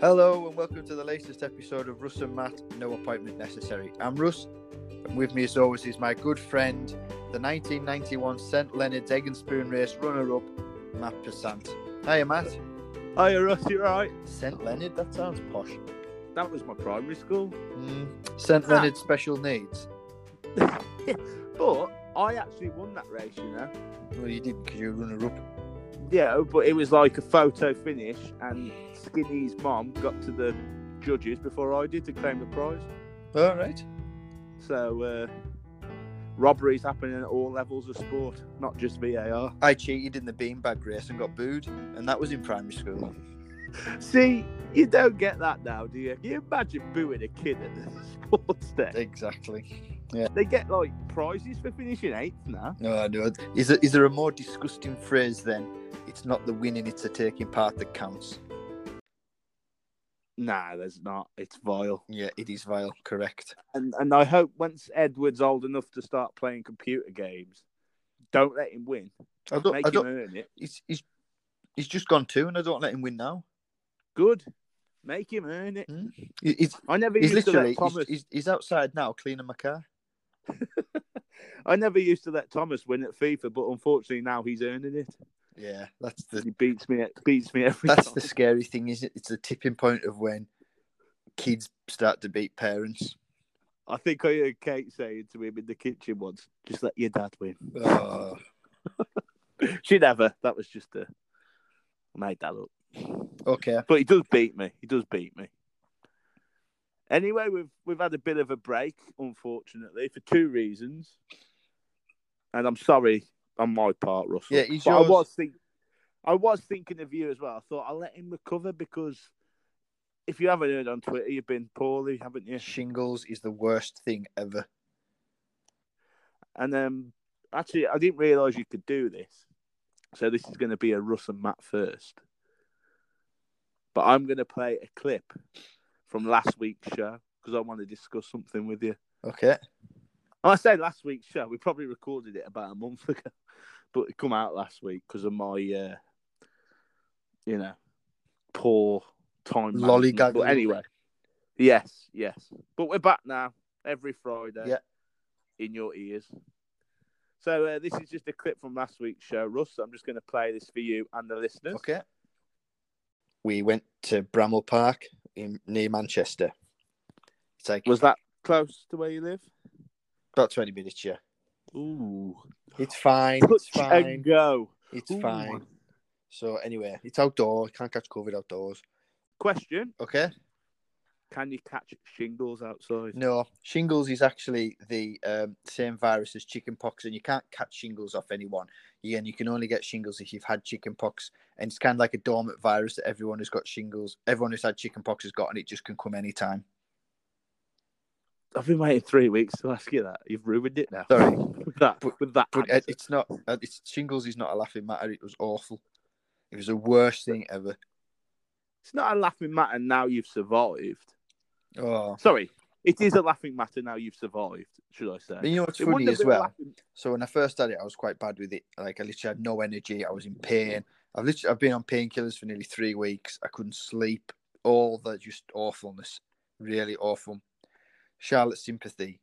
Hello and welcome to the latest episode of Russ and Matt, No Appointment Necessary. I'm Russ, and with me as always is my good friend, the 1991 St Leonard's Egg and Spoon Race runner-up, Matt Passant. Hiya Matt. Hiya, Russ, you right? St Leonard, that sounds posh. That was my primary school. St Ah. Leonard Mm, Special Needs. But I actually won that race, you know? Well, you didn't because you were runner-up. Yeah, but it was like a photo finish, and Skinny's mom got to the judges before I did to claim the prize. All right. So, uh, robberies happening at all levels of sport, not just VAR. I cheated in the beanbag race and got booed, and that was in primary school. See, you don't get that now, do you? Can you imagine booing a kid at the sports day? Exactly. Yeah. They get like prizes for finishing eighth now. No, no. Is there, is there a more disgusting phrase then? It's not the winning, it's the taking part that counts. Nah, there's not. It's vile. Yeah, it is vile. Correct. and and I hope once Edward's old enough to start playing computer games, don't let him win. I don't. Make I him don't. earn it. He's, he's he's just gone two, and I don't let him win now. Good. Make him earn it. He- He's, I never he's used to literally let he's, Thomas. he's, he's outside now cleaning my car. I never used to let Thomas win at FIFA, but unfortunately now he's earning it. Yeah, that's the He beats me. Beats me every that's time. the scary thing, is it? It's the tipping point of when kids start to beat parents. I think I heard Kate saying to him in the kitchen once, "Just let your dad win." Oh, she never. That was just a. I made that up. okay. But he does beat me. He does beat me. Anyway, we've we've had a bit of a break, unfortunately, for two reasons. And I'm sorry on my part, Russell. Yeah, he's But yours. I was think I was thinking of you as well. I thought I'll let him recover because if you haven't heard on Twitter, you've been poorly, haven't you? Shingles is the worst thing ever. And um, actually, I didn't realise you could do this. So this is going to be a Russ and Matt first. But I'm going to play a clip from last week's show because I want to discuss something with you. Okay. And I say last week's show. We probably recorded it about a month ago, but it come out last week because of my, uh, you know, poor time. management. Lollygag. But anyway, yes, yes. But we're back now every Friday. Yeah. In your ears. So uh, this is just a clip from last week's show, Russ. I'm just going to play this for you and the listeners. Okay. We went to Bramall Park in near Manchester. It's like Was that close to where you live? about twenty minutes, yeah. Ooh. It's fine. Touch It's and fine. go. It's Ooh. fine. So anyway, it's outdoor. You can't catch COVID outdoors. Question: Okay. Can you catch shingles outside? No, shingles is actually the um, same virus as chickenpox, and you can't catch shingles off anyone. Yeah, and you can only get shingles if you've had chickenpox, and it's kind of like a dormant virus that everyone who's got shingles, everyone who's had chickenpox has got, and it just can come anytime. I've been waiting three weeks to ask you that. You've ruined it now. Sorry. with that. But- with that. But it, answer. it's not. uh, It's shingles is not a laughing matter. It was awful. It was the worst thing ever. it's not a laughing matter now you've survived. Oh, Sorry, it is a laughing matter now you've survived. Should I but say? you know what's It funny wouldn't have as been well. laughing- So when I first had it, I was quite bad with it. Like I literally had no energy. I was in pain. I've literally I've been on painkillers for nearly three weeks. I couldn't sleep. All the just awfulness, really awful. Charlotte's sympathy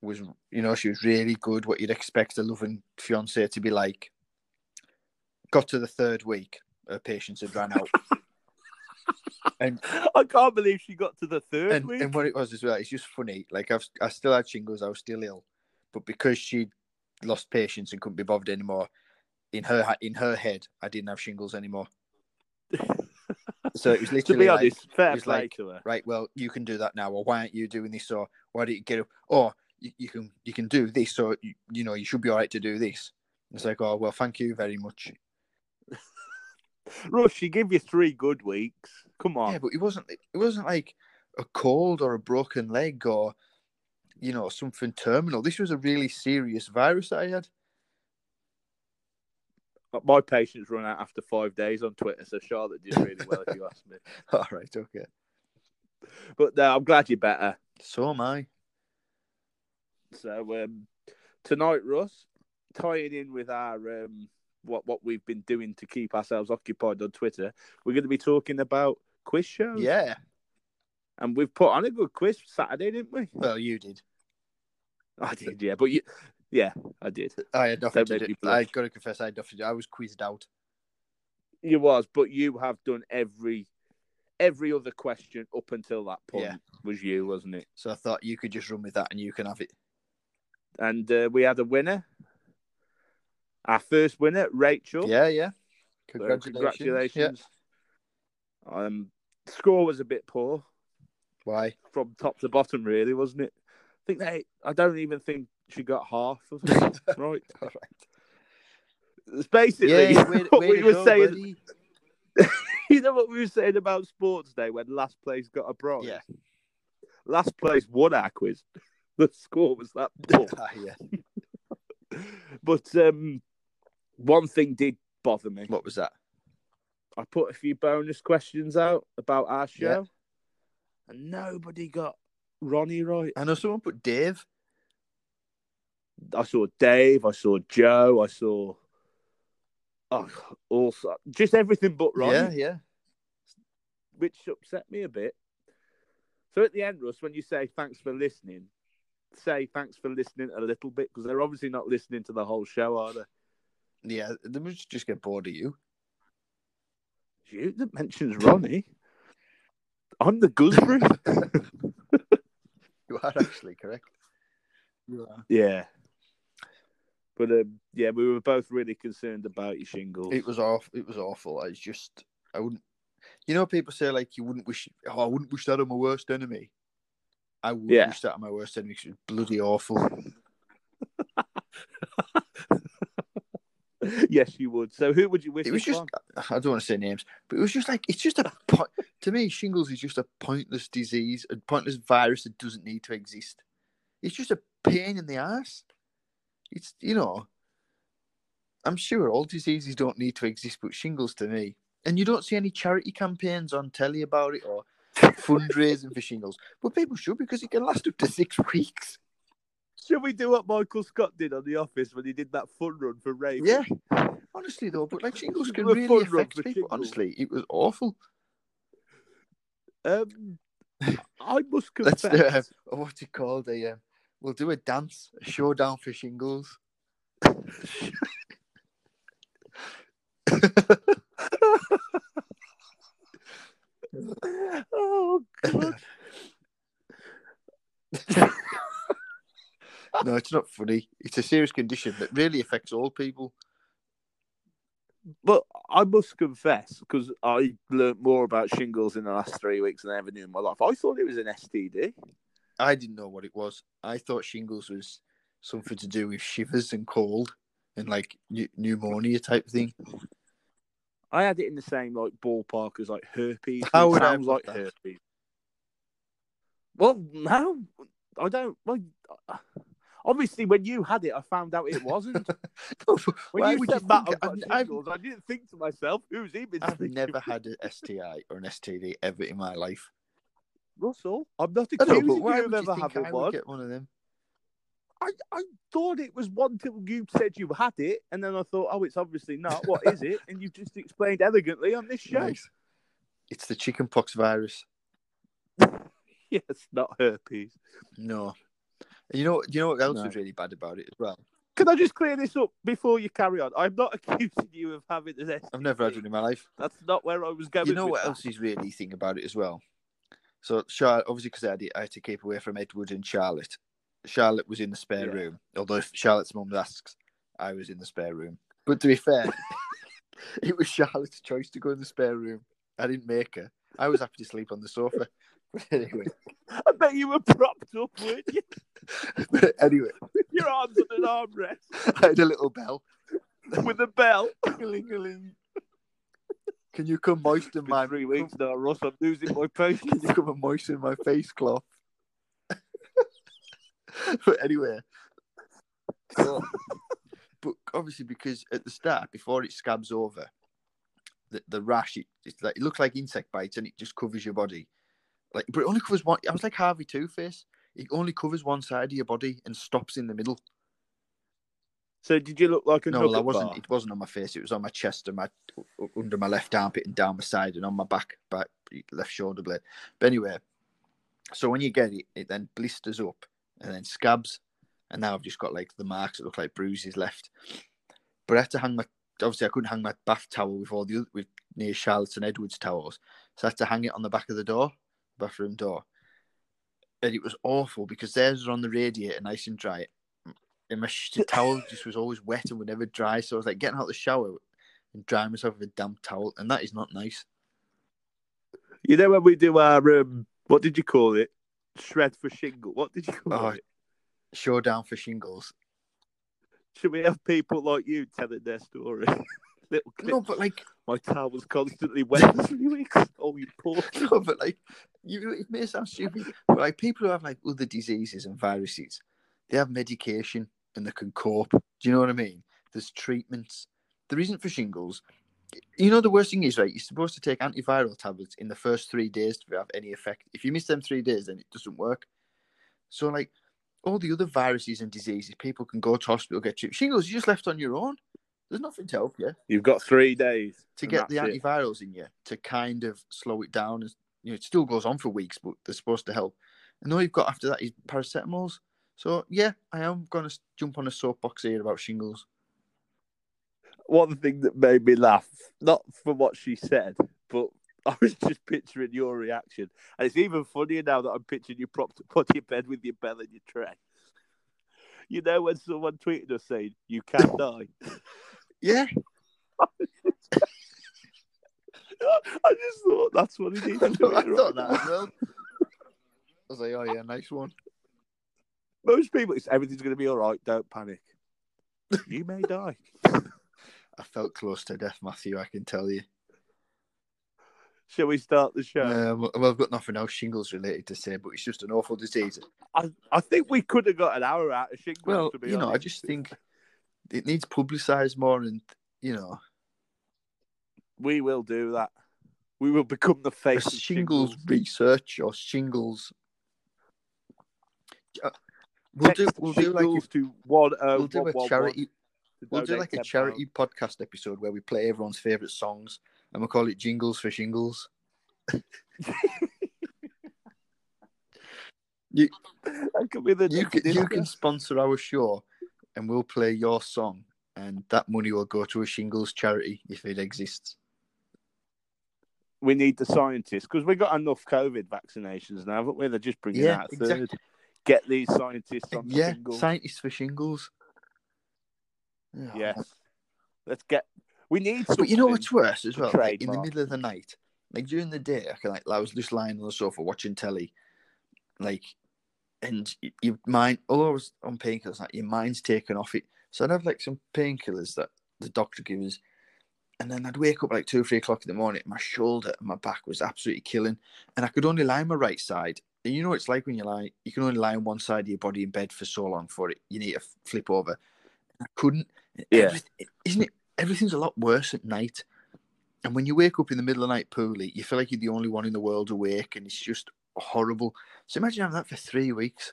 was, you know, she was really good. What you'd expect a loving fiance to be like. Got to the third week, her patience had ran out. I can't believe she got to the third and, week. and what it was as well, it's just funny. Like I've I still had shingles, I was still ill, but because she lost patience and couldn't be bothered anymore, in her ha- in her head, I didn't have shingles anymore. so it was to literally be like, honest, fair it's play like- to her. right, well, you can do that now, or why aren't you doing this, or why don't you get up, or you, you can you can do this, or you, you know you should be all right to do this. It's like, oh well, thank you very much. Rush, she gave you three good weeks. Come on. Yeah, but it wasn't. It wasn't like a cold or a broken leg or you know something terminal. This was a really serious virus that I had. My patience run out after five days on Twitter, so Charlotte did really well if you ask me. All right, okay. But no, I'm glad you're better. So am I. So um, tonight, Russ, tying in with our um, what what we've been doing to keep ourselves occupied on Twitter, we're going to be talking about quiz shows. Yeah. And we've put on a good quiz Saturday, didn't we? Well, you did. I did, yeah. But you, yeah, I did. I had nothing Don't to make do. me blush. I got to confess, I had nothing to do. I was quizzed out. You was, but you have done every every other question up until that point Yeah. was you, wasn't it? So I thought you could just run with that and you can have it. And uh, we had a winner. Our first winner, Rachel. Yeah, yeah. So Congratulations. Yeah. congratulations. Um, score was a bit poor Why? from top to bottom, really, wasn't it? I think they. I don't even think she got half of it. right. All right. It's basically Yeah, way- what way we to were go, saying. buddy. You know what we were saying about Sports Day when last place got a prize. Yeah. Last place won our quiz. The score was that poor. Ah, yeah. but um, one thing did bother me. What was that? I put a few bonus questions out about our show, Yeah. and nobody got Ronnie right. I know someone put Dave. I saw Dave, I saw Joe, I saw oh, also just everything but Ronnie, Yeah, yeah. which upset me a bit. So at the end, Russ, when you say thanks for listening, say thanks for listening a little bit because they're obviously not listening to the whole show, are they? Yeah, they must just get bored of you. It's You that mentions Ronnie. I'm the gooseberry. You are actually correct. You are. yeah. But um, yeah, we were both really concerned about your shingles. It was awful. It was awful. I was just, I wouldn't. You know, people say like you wouldn't wish. Oh, I wouldn't wish that on my worst enemy. I would Yeah. wish that on my worst enemy. 'cause It was bloody awful. yes, you would. So who would you wish? it was this just. on? I don't want to say names, but it was just like it's just a point. to me, shingles is just a pointless disease, a pointless virus that doesn't need to exist. It's just a pain in the ass. It's you know. I'm sure all diseases don't need to exist, but shingles to me. And you don't see any charity campaigns on telly about it or fundraising for shingles. But people should because it can last up to six weeks. Shall we do what Michael Scott did on The Office when he did that fun run for Ray? Yeah. Honestly though, but like shingles can The really fun run affect for people. shingles. Honestly, it was awful. Um, I must Let's confess. do a, a- Oh, what's it called? A um, we'll do a dance, a showdown for shingles. oh God! No, it's not funny. It's a serious condition that really affects all people. but I must confess because I learnt more about shingles in the last three weeks than I ever knew in my life. I thought it was an STD. I didn't know what it was. I thought shingles was something to do with shivers and cold and like pneu- pneumonia type thing. I had it in the same like ballpark as like herpes. How It would I sounds put like that? herpes? Well, no, I don't. Well, obviously, when you had it, I found out it wasn't. When Why you would said you that think- I've got I've- shingles, I "Oh, didn't think to myself, who's he been I've thinking never of? had an STI or an STD ever in my life. Russell, I'm not I know, accusing but why you would of you ever think I having would one. get one of them? I, I thought it was one till you said you had it, and then I thought, oh, it's obviously not. What is it? And you've just explained elegantly on this show. Nice. It's the chickenpox virus. Yes, not herpes. No. You know, you know what else No. was really bad about it as well. Can I just clear this up before you carry on? I'm not accusing you of having an STD. I've never had one in my life. That's not where I was going. you know with what that. else is really thing about it as well. So, Char- obviously, because I, had it, I had to keep away from Edward and Charlotte. Charlotte was in the spare Yeah. room. Although if Charlotte's mum asks, I was in the spare room. But to be fair, it was Charlotte's choice to go in the spare room. I didn't make her. I was happy to sleep on the sofa. But anyway, I bet you were propped up, weren't you? but anyway, With Your arms on an armrest I had a little bell. with a belt. Ling-a-ling. Can you come moisten Been my three weeks now, Russ. I'm losing my Can patience. you come and moisten my face cloth? but anyway, so- but obviously because at the start, before it scabs over, the, the rash it, it's like it looks like insect bites and it just covers your body, like but it only covers one. I was like Harvey Two Face. It only covers one side of your body and stops in the middle. So did you look like a no, nugget well, I wasn't. bar? It wasn't on my face. It was on my chest and my u- under my left armpit and down my side and on my back, back left shoulder blade. But anyway, so when you get it, it then blisters up and then scabs, and now I've just got like the marks that look like bruises left. But I had to hang my. Obviously, I couldn't hang my bath towel with all the other, with near Charlotte and Edwards towels, so I had to hang it on the back of the door, bathroom door. And it was awful because theirs were on the radiator, nice and dry, and my sh- towel just was always wet and would never dry. So I was like getting out of the shower and drying myself with a damp towel, and that is not nice. You know when we do our um, what did you call it? Shred for shingle. What did you call Oh. it? Showdown for shingles. Should we have people like you telling their story? Little clip. No, but like, My towel was constantly wet for three weeks. Oh, you poor. no, but like, you it may sound stupid, but like people who have like other diseases and viruses, they have medication and they can cope. Do you know what I mean? There's treatments. There isn't for shingles. You know the worst thing is right. You're supposed to take antiviral tablets in the first three days to have any effect. If you miss them three days, then it doesn't work. So like all the other viruses and diseases, people can go to hospital get treated. Shingles, you're just left on your own. There's nothing to help you You've got three days to and get the that's it. antivirals in you to kind of slow it down. And you know, it still goes on for weeks, but they're supposed to help. And all you've got after that is paracetamols. So yeah, I am gonna s- jump on a soapbox here about shingles. one thing that made me laugh, not for what she said, but I was just picturing your reaction. And it's even funnier now that I'm picturing you propped up on your bed with your bell and your tray. You know when someone tweeted us saying, you can die? Yeah, I just thought that's what it is. I thought, I thought that as well. I was like, oh yeah, nice one. Most people, it's everything's going to be all right. Don't panic. You may die. I felt close to death, Matthew. I can tell you. Shall we start the show? Um, well, I've got nothing else shingles related to say, but it's just an awful disease. I, I think we could have got an hour out of shingles. Well, to be you know, I honest. just think it needs publicised more, and you know, we will do that. We will become the a face of shingles shingles. research or shingles. Uh, We'll do, Text we'll do like shingles a, to one oh we'll do a one one charity one to we'll do donate like a £10. charity podcast episode where we play everyone's favorite songs and we'll call it Jingles for Shingles. That could be the You can, you can sponsor our show and we'll play your song and that money will go to a shingles charity if it exists. We need the scientists because we've got enough COVID vaccinations now, haven't we? They're just bringing Yeah, out a third. exactly. Get these scientists on the yeah, shingles. scientists for shingles. Oh, Yes, let's get. We need. But you know something. what's worse as to well? Like, in the trademark. middle of the night, like during the day, I can like I was just lying on the sofa watching telly, like, and y- your mind. Although I was on painkillers, like your mind's taken off it. So I'd have like some painkillers that the doctor gives, and then I'd wake up like two or three o'clock in the morning. My shoulder and my back was absolutely killing, and I could only lie on my right side. And you know what it's like when you lie, you can only lie on one side of your body in bed for so long for it. You need to f- flip over. I couldn't. Yeah. Everyth- isn't it? Everything's a lot worse at night. And when you wake up in the middle of the night poorly, you feel like you're the only one in the world awake, and it's just horrible. So imagine having that for three weeks.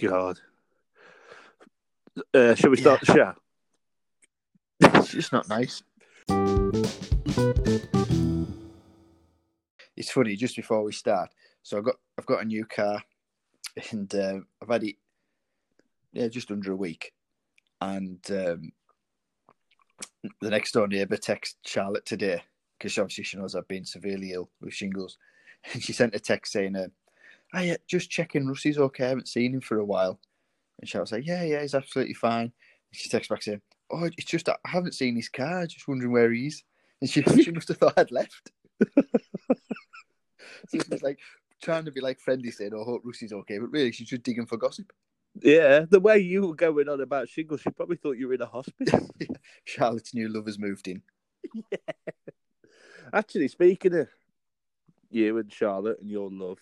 God. Uh, shall we start the show? It's just not nice. It's funny. Just before we start, so I got I've got a new car, and um, I've had it yeah just under a week, and um, the next door neighbour texted Charlotte today because obviously she knows I've been severely ill with shingles, and she sent a text saying, uh, "I uh, just checking Russie's okay. I haven't seen him for a while," and Charlotte's like, "Yeah, yeah, he's absolutely fine." And she texts back saying. Oh, it's just that I haven't seen his car. Just wondering where he is. And she, she must have thought I'd left. so she was like trying to be like friendly, saying, "Oh, I hope Russie's okay," but really she's just digging for gossip. Yeah, the way you were going on about shingles, she probably thought you were in a hospital. Charlotte's new lover's moved in. Actually, speaking of you and Charlotte and your love,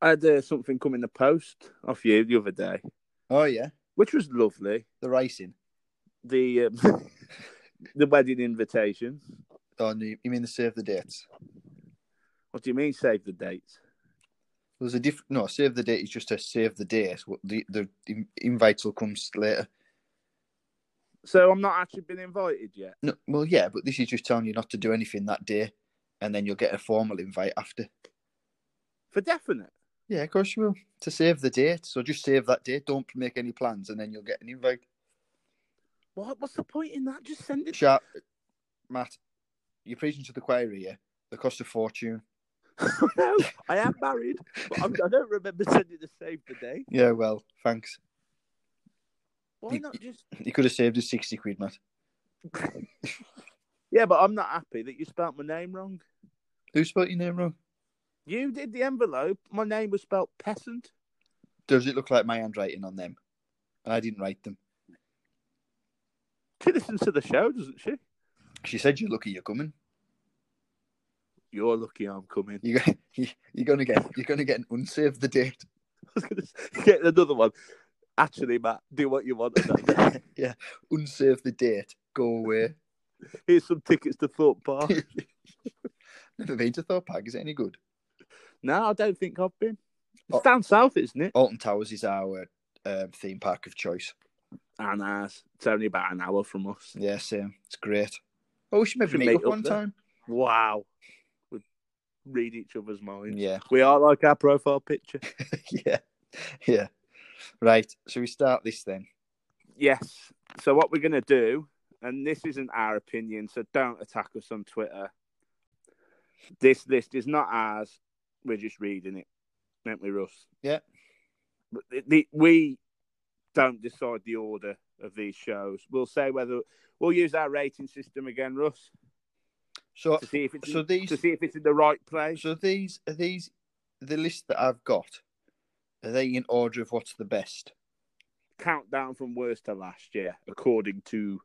I had uh, something come in the post off you the other day, Oh yeah, which was lovely. the racing. The um, the wedding invitation. Oh, no, you mean the save the dates? What do you mean, save the dates? There's a different. No, save the date is just a save the date. What the the in- invite will come later. So I'm not actually been invited yet. No, well, yeah, but this is just telling you not to do anything that day, and then you'll get a formal invite after. For definite. Yeah, of course you will. To save the date, so just save that date. Don't make any plans, and then you'll get an invite. What? What's the point in that? Just send it. Sharp, Matt, you're preaching to the choir here. The cost of fortune. no, I am married, but I'm, I don't remember sending the save the day. Yeah, well, thanks. Why not just? You could have saved us sixty quid, Matt. Yeah, but I'm not happy that you spelt my name wrong. Who spelt your name wrong? You did the envelope. My name was spelt peasant. Does it look like my handwriting on them? I didn't write them. She listens to the show, doesn't she? She said you're lucky you're coming. You're lucky I'm coming. You go- you're gonna get you're gonna get an unsaved the date. I was going to get another one. Actually, Matt, do what you want. on that day. yeah, unsaved the date. Go away. Here's some tickets to Thorpe Park. Never been to Thorpe Park. Is it any good? no, I don't think I've been. It's Oh. down south, isn't it? Alton Towers is our um, theme park of choice. Ah, nah, it's it's only about an hour from us. Yeah, same. It's great. Oh, we should maybe Should meet, meet up up one there. time. Wow. We read each other's minds. Yeah, We are like our profile picture. yeah, yeah. Right. So we start this then. yes. So what we're going to do, and this isn't our opinion, so don't attack us on Twitter. This list is not ours. We're just reading it, aren't we, Russ? Yeah. But the, the, we don't decide the order of these shows. We'll say whether we'll use our rating system again, Russ, So, to see if it's so in, these to see if it's in the right place. So these are these the list that I've got. Are they in order of what's the best? Countdown from worst to last, yeah, according to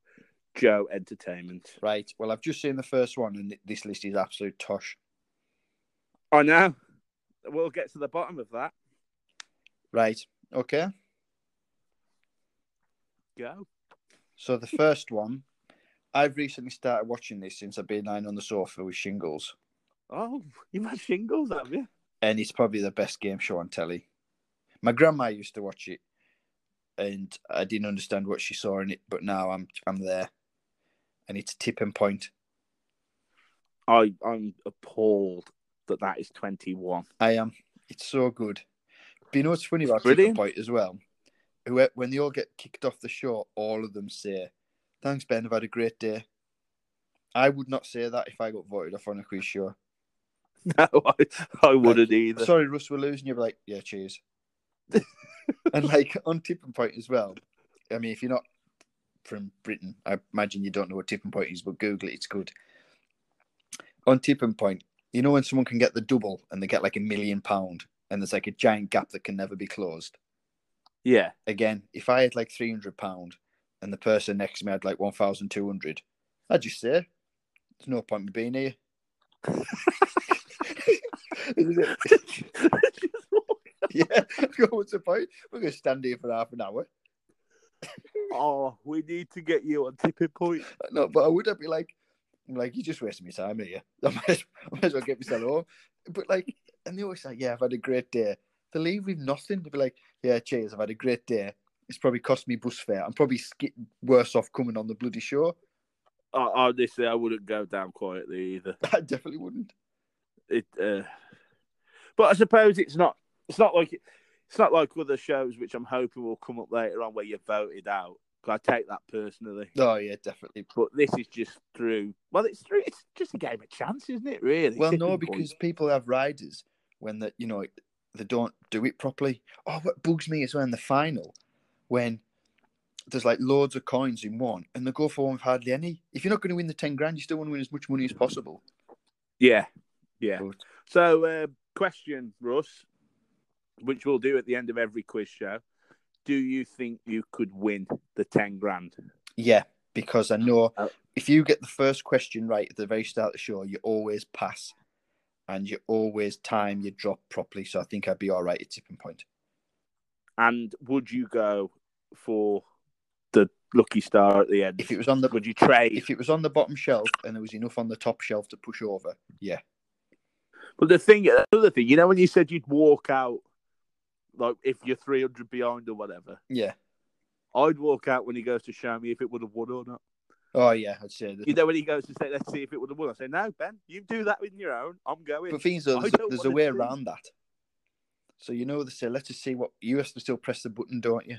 Joe Entertainment. Right. Well, I've just seen the first one, and this list is absolute tosh. I know. We'll get to the bottom of that. Right. Okay. Go. So the first one, I've recently started watching this since I've been lying on the sofa with shingles, Oh, you've had shingles, have you? and it's probably the best game show on telly. My grandma used to watch it, and I didn't understand what she saw in it, but now I'm I'm there, and it's tip and point. I, I'm appalled that that is 21. I am. It's so good. But you know what's funny about Tipping Brilliant. Point as well? Who- When they all get kicked off the show, all of them say, Thanks, Ben. I've had a great day. I would not say that if I got voted off on a quiz show. No, I, I wouldn't either. Sorry, Russ, we're losing. You're like, Yeah, cheers. and like on Tipping Point as well. I mean, if you're not from Britain, I imagine you don't know what Tipping Point is, but Google it. It's good. On Tipping Point, you know when someone can get the double and they get like a million pound and there's like a giant gap that can never be closed? yeah. again, if I had like three hundred pound and the person next to me had like one thousand two hundred, I'd just say, "There's no point me being here." yeah, go, what's the point? We're gonna stand here for half an hour. oh, we need to get you on tipping point. No, but I would. I'd be like, I'm like, you're just wasting my time here. I might, as, I might as well get myself home. But like, and they always say, yeah, I've had a great day. They leave with nothing. They'll be like, yeah, cheers, I've had a great day. It's probably cost me bus fare. I'm probably sk- worse off coming on the bloody show. I, honestly, I wouldn't go down quietly either. I definitely wouldn't. It, uh... But I suppose it's not. It's not like it's not like other shows, which I'm hoping will come up later on, where you're voted out. 'Cause I take that personally. Oh yeah, definitely. But this is just through. Well, it's through. It's just a game of chance, isn't it? Really. Well, Tipping no, point. because people have riders when that you know they don't do it properly. Oh, what bugs me is when the final, when there's like loads of coins in one, and they go for one with hardly any. If you're not going to win the ten grand, you still want to win as much money as possible. Yeah, yeah. But- So, uh, question, Russ, which we'll do at the end of every quiz show. Do you think you could win the ten grand? Yeah, Uh, because I know Oh. if you get the first question right at the very start of the show, you always pass, and you always time your drop properly. So I think I'd be all right at tipping point. And would you go for the lucky star at the end? If it was on the would you trade? if it was on the bottom shelf and there was enough on the top shelf to push over, yeah. But the thing, another thing, you know, when you said you'd walk out, like if you're 300 behind or whatever, Yeah. I'd walk out when he goes to show me if it would have won or not. Oh yeah, I'd say that. You know, when he goes to say, let's see if it would have won, I say, no, Ben, you do that in your own. I'm going. But things though, I there's, don't there's a wanna way see- around that. So you know they say, let's just see what you have to still press the button, don't you?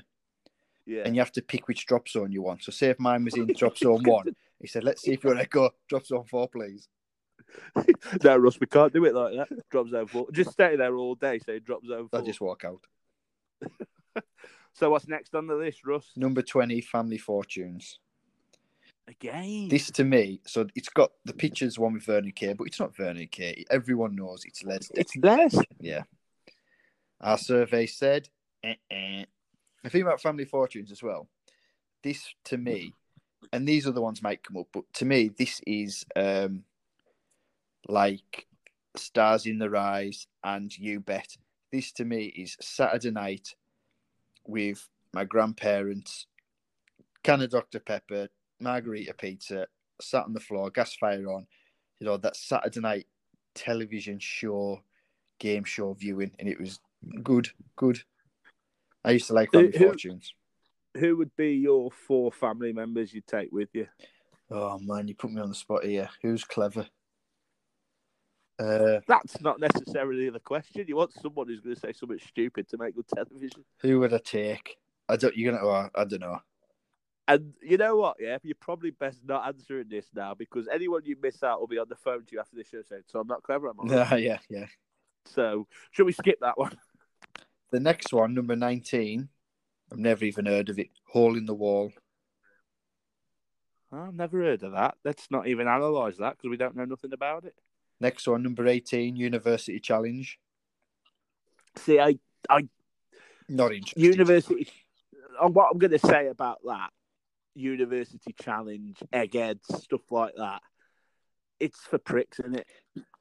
yeah. And you have to pick which drop zone you want. So say if mine was in drop zone one, he said, let's see if you're to go drop zone four, please. no, Russ, we can't do it like that. Drop zone four. Just stay there all day, say drop zone I four. just walk out. So what's next on the list, Russ? Number twenty, family fortunes. Again. This to me, so it's got the pictures one with Vernon Kay, but it's not Vernon Kay. Everyone knows it's Leslie. it's less. Yeah. Our survey said, eh, eh. the thing about family fortunes as well. This to me, Mm-hmm. and these other ones might come up, but to me, this is um, like Stars in the Rise and You Bet. This to me is Saturday night with my grandparents, can of Dr. Pepper, margarita pizza, sat on the floor, gas fire on. You know, that Saturday night television show game show viewing, and it was good, good. I used to like Who- Family who- Fortunes. Who would be your four family members you'd take with you? Oh man, you put me on the spot here. Who's clever? Uh, That's not necessarily the question. You want someone who's going to say something stupid to make good television. who would I take? I don't. You're gonna. Oh, I don't know. And you know what? Yeah, you're probably best not answering this now because anyone you miss out will be on the phone to you after the show saying, "So I'm not clever, am I?" Yeah, yeah, yeah. So should we skip that one? The next one, number nineteen. I've never even heard of it. Hole in the wall. I've never heard of that. Let's not even analyse that because we don't know nothing about it. Next one, number eighteen. University challenge. See, I Not interested. university. On what I'm going to say about that university challenge, eggheads, stuff like that, it's for pricks, isn't it?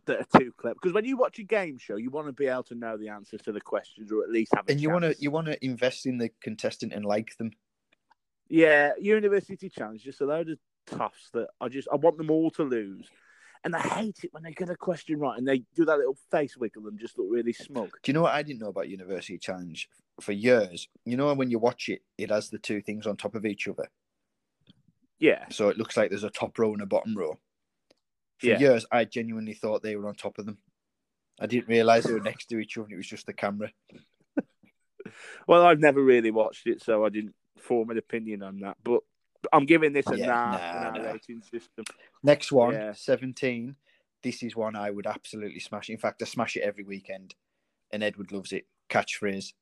That are too clever. Because when you watch a game show, you want to be able to know the answers to the questions, or at least have. A And you want to chance. you want to invest in the contestant and like them. Yeah, university challenge, just a load of toughs that I just I want them all to lose. And I hate it when they get a question right and they do that little face wiggle and just look really smug. Do you know what I didn't know about University Challenge for years? You know when you watch it, it has the two things on top of each other. Yeah. So it looks like there's a top row and a bottom row. For Yeah. years, I genuinely thought they were on top of them. I didn't realize they were next to each other. and It was just the camera. Well, I've never really watched it, so I didn't form an opinion on that. But I'm giving this a Yeah, nah, nah, nah nah. rating system. Next one, Yeah. 17. This is one I would absolutely smash. In fact, I smash it every weekend, and Edward loves it. Catchphrase.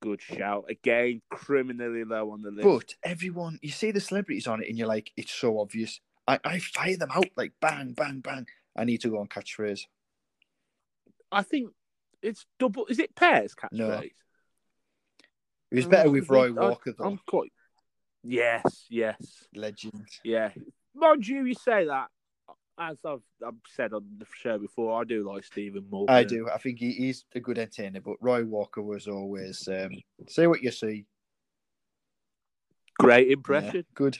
Good shout. Again, criminally low on the list. But everyone, you see the celebrities on it, and you're like, it's so obvious. I, I fire them out like bang, bang, bang. I need to go on catchphrase. I think it's double. Is it pairs catchphrase? No. It was Oh, better that's with the Roy thing. I- Walker, though. I'm quite. Oh. Yes, yes. Legend. Yeah. Mind you, you say that. As I've, I've said on the show before, I do like Stephen Morgan. I do. I think he, he's a good entertainer, but Roy Walker was always um, say what you see. Great Yeah, impression. good.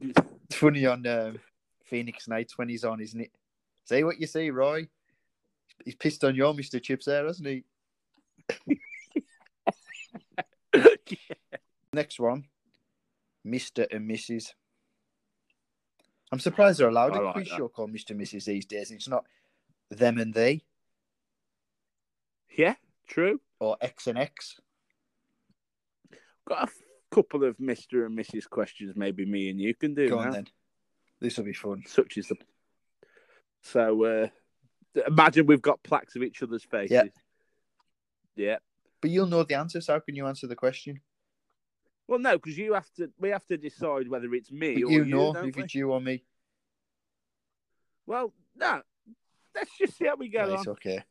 It's funny on um, Phoenix Nights when he's on, isn't it? Say what you see, Roy. He's pissed on your Mr. Chips there, hasn't he? Next one, Mr. and Mrs. I'm surprised they're allowed I a like quiz that. show called Mr. and Mrs. these days. It's not them and they yeah, true. or X and X. Got a f- couple of Mr. and Mrs. questions, maybe me and you can do Go on now. then. This will be fun. Such is the. So uh, imagine we've got plaques of each other's faces. Yeah. Yeah. But you'll know the answers. How can you answer the question? Well, no, because you have to. We have to decide whether it's me But or you know don't if we? it's you or me. Well, no. Let's just see how we go Right, on. okay.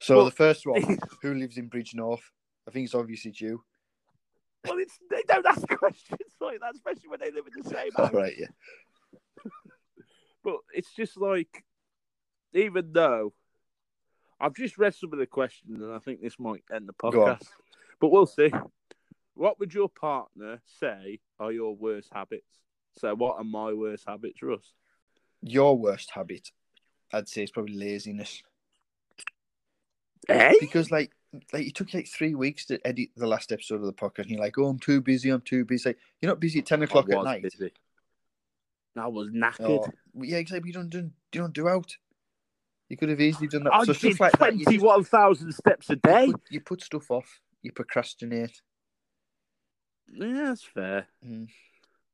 So Well- the first one, who lives in Bridge North? I think it's obviously it's you. Well, it's they don't ask questions like that, especially when they live in the same All house. right, yeah. But it's just like, even though I've just read some of the questions, and I think this might end the Go on. podcast. But we'll see. What would your partner say are your worst habits? So, what are my worst habits, Russ? Your worst habit, I'd say, is probably laziness. Eh? because like like it took you like three weeks to edit the last episode of the podcast, and you're like, oh, I'm too busy, I'm too busy. Like, you're not busy at ten o'clock I at was night. Oh. busy. I was knackered. Or, yeah, exactly. You don't do you don't do out. You could have easily done that. I so did stuff like that, you just- twenty-one thousand steps a day. You put, you put stuff off. You procrastinate. Yeah, that's fair. Mm.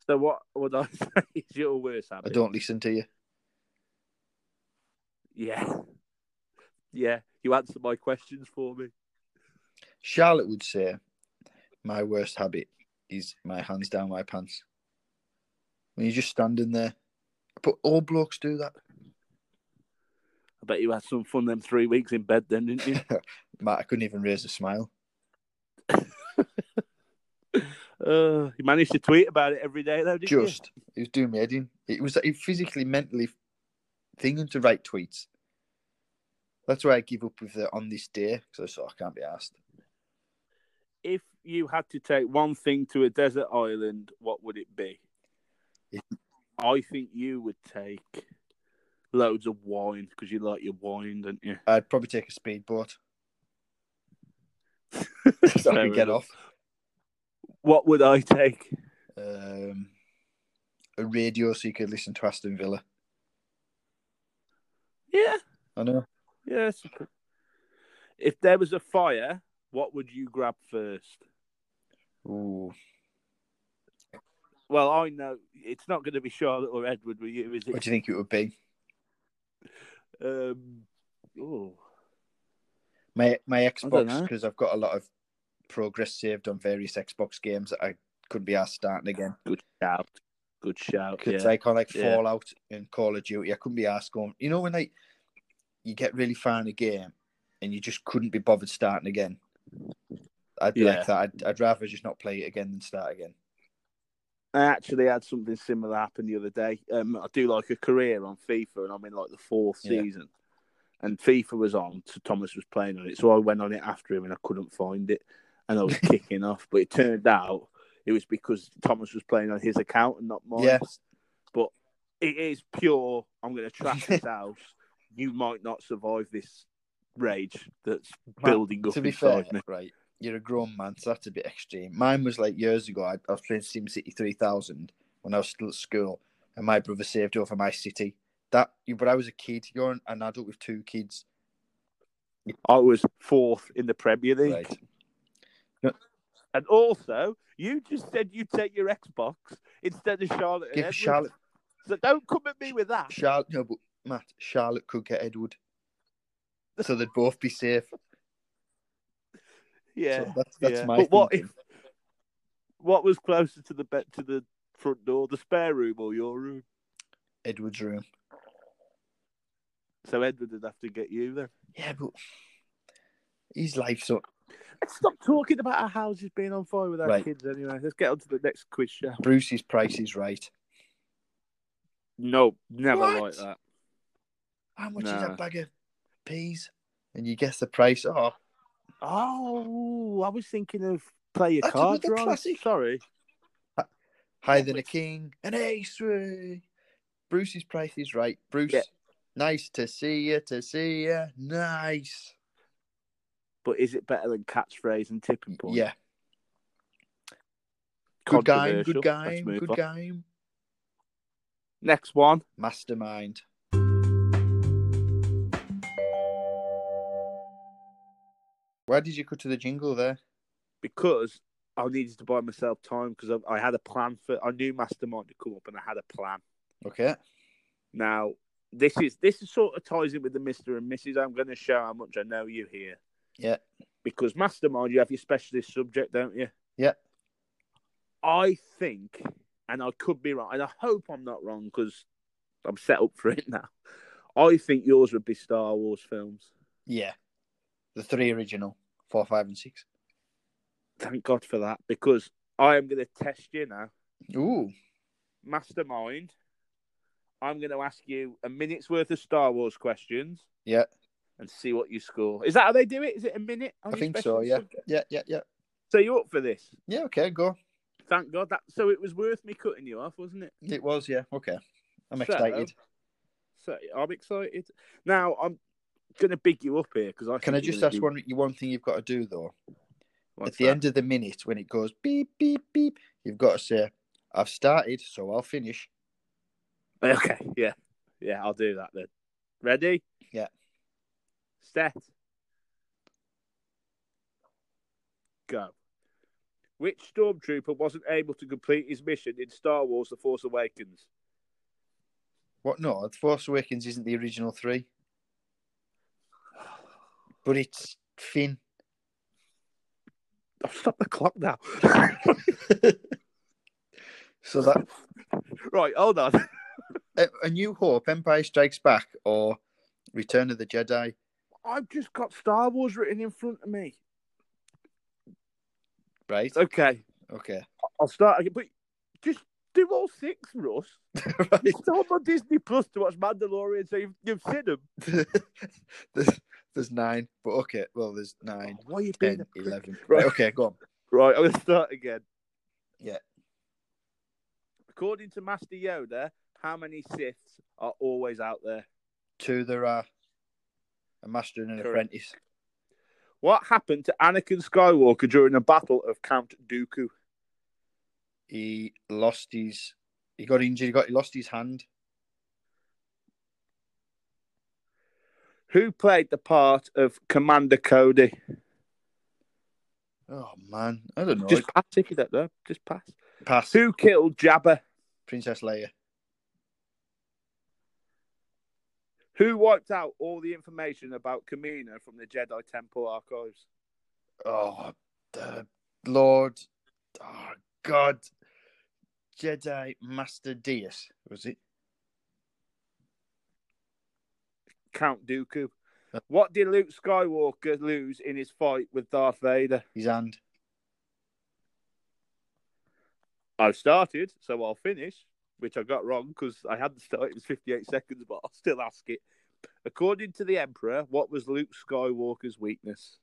So what would I say is your worst I habit? don't listen to you. Yeah. Yeah. You answered my questions for me. Charlotte would say, "My worst habit is my hands down my pants." When you're just standing there, but all blokes do that. I bet you had some fun them three weeks in bed then, didn't you? Matt, I couldn't even raise a smile. uh, you managed to tweet about it every day though, didn't you? Just it was doing me head in. It was it physically, mentally, thinking to write tweets. That's why I give up with the on this day because I sort of can't be asked. If you had to take one thing to a desert island, what would it be? It- I think you would take loads of wine because you like your wine, don't you? I'd probably take a speedboat. so I Fair could get enough. off. What would I take? Um, a radio so you could listen to Aston Villa. Yeah, I know. Yes. If there was a fire, what would you grab first? Ooh. Well, I know it's not going to be Charlotte or Edward with you, is What it? do you think it would be? Um, oh, My my Xbox know. because I've got a lot of progress saved on various Xbox games that I couldn't be asked starting again. good shout. Good shout. Yeah. Because like on like Yeah. Fallout and Call of Duty, I couldn't be asked going. You know when like you get really far in a game and you just couldn't be bothered starting again. I'd be Yeah. like that. I'd, I'd rather just not play it again than start again. I actually had something similar happen the other day. Um, I do like a career on FIFA, and I'm in like the fourth Yeah. season. And FIFA was on, so Thomas was playing on it. So I went on it after him, and I couldn't find it, and I was kicking off. But it turned out it was because Thomas was playing on his account and not mine. Yeah. But it is pure. I'm going to trash this house. You might not survive this rage that's Matt, building up to be fair, inside me. right, you're a grown man, so that's a bit extreme. Mine was like years ago. I, I was playing SimCity 3000 when I was still at school, and my brother saved over my city. That, you- but I was a kid. You're an, an adult with two kids, I was fourth in the Premier League. right? And also, you just said you take your Xbox instead of Charlotte. and Give Edward. Charlotte, So don't come at me with that. Charlotte, no, but Matt, Charlotte could get Edward, so they'd both be safe. Yeah, so that's that's yeah. my. But what thinking. if what was closer to the bed to the front door, the spare room or your room? Edward's room? So Edward would have to get you then. Yeah, but his life's up. Let's stop talking about our houses being on fire with our Right. kids anyway. Let's get on to the next quiz show. Bruce's price is right. No, never What? like that. How much is Nah. that bag of peas? And you guess the price. Oh, Oh, I was thinking of play your That's cards another right. classic. Sorry. Higher than a king, an ace. Woo. Bruce's price is right. Bruce, Yeah. nice to see you. To see you. Nice. But is it better than catchphrase and tipping point? Yeah. Good game. Good Controversial. Let's game. move Good on. game. Next one. Mastermind. Why did you cut to the jingle there? because I needed to buy myself time because I, I had a plan for. I knew Mastermind to come up, and I had a plan. Okay. Now this is this is sort of ties in with the Mister and Mrs. I'm going to show how much I know you here. Yeah. Because Mastermind, you have your specialist subject, don't you? Yeah. I think, and I could be wrong, and I hope I'm not wrong because I'm set up for it now. I think yours would be Star Wars films. Yeah. The three original four, five, and six. Thank God for that because I am going to test you now. Ooh. mastermind. I'm going to ask you a minute's worth of Star Wars questions. Yeah. And see what you score. Is that how they do it? Is it a minute? on I your think so. special Yeah. subject? Yeah. Yeah. Yeah. So you're up for this? Yeah. Okay. Go. Thank God that. So it was worth me cutting you off, wasn't it? It was. Yeah. Okay. I'm So- excited. So I'm excited. Now I'm going to big you up here because I Can I think you're just gonna ask do- one one thing you've got to do though? what's At the that? end of the minute, when it goes beep beep beep, you've got to say, "I've started, so I'll finish." Okay, yeah, yeah, I'll do that then. Ready? Yeah. Set. Go. Which stormtrooper wasn't able to complete his mission in Star Wars: The Force Awakens? What? No, The Force Awakens isn't the original three, but it's Finn. I've stopped Oh, the clock now. So that right, hold on. A A New Hope, Empire Strikes Back, or Return of the Jedi. I've just got Star Wars written in front of me. Right? Okay, Okay. I'll start again. But just do all six, Russ. right. It's on my Disney Plus to watch Mandalorian, so you've, you've seen them. there's, there's nine, but okay. Well, there's nine, Why are you ten, being a prick? eleven. Right. Right. Okay, go on. Right, I'm gonna start again. Yeah. According to Master Yoda, how many Siths are always out there? Two there are a master and an Correct. apprentice. What happened to Anakin Skywalker during the battle of Count Dooku? He lost his. He got injured. He got. He lost his hand. Who played the part of Commander Cody? Oh man, I don't know. Just pass if you don't know. Just pass. pass. Who killed Jabba? Princess Leia. Who wiped out all the information about Kamino from the Jedi Temple archives? Oh, the Lord. Oh God. Jedi Master Deus was it? Count Dooku. Uh. What did Luke Skywalker lose in his fight with Darth Vader? His hand. I've started, so I'll finish, which I got wrong because I hadn't started. It was 58 seconds, but I'll still ask it. According to the Emperor, what was Luke Skywalker's weakness?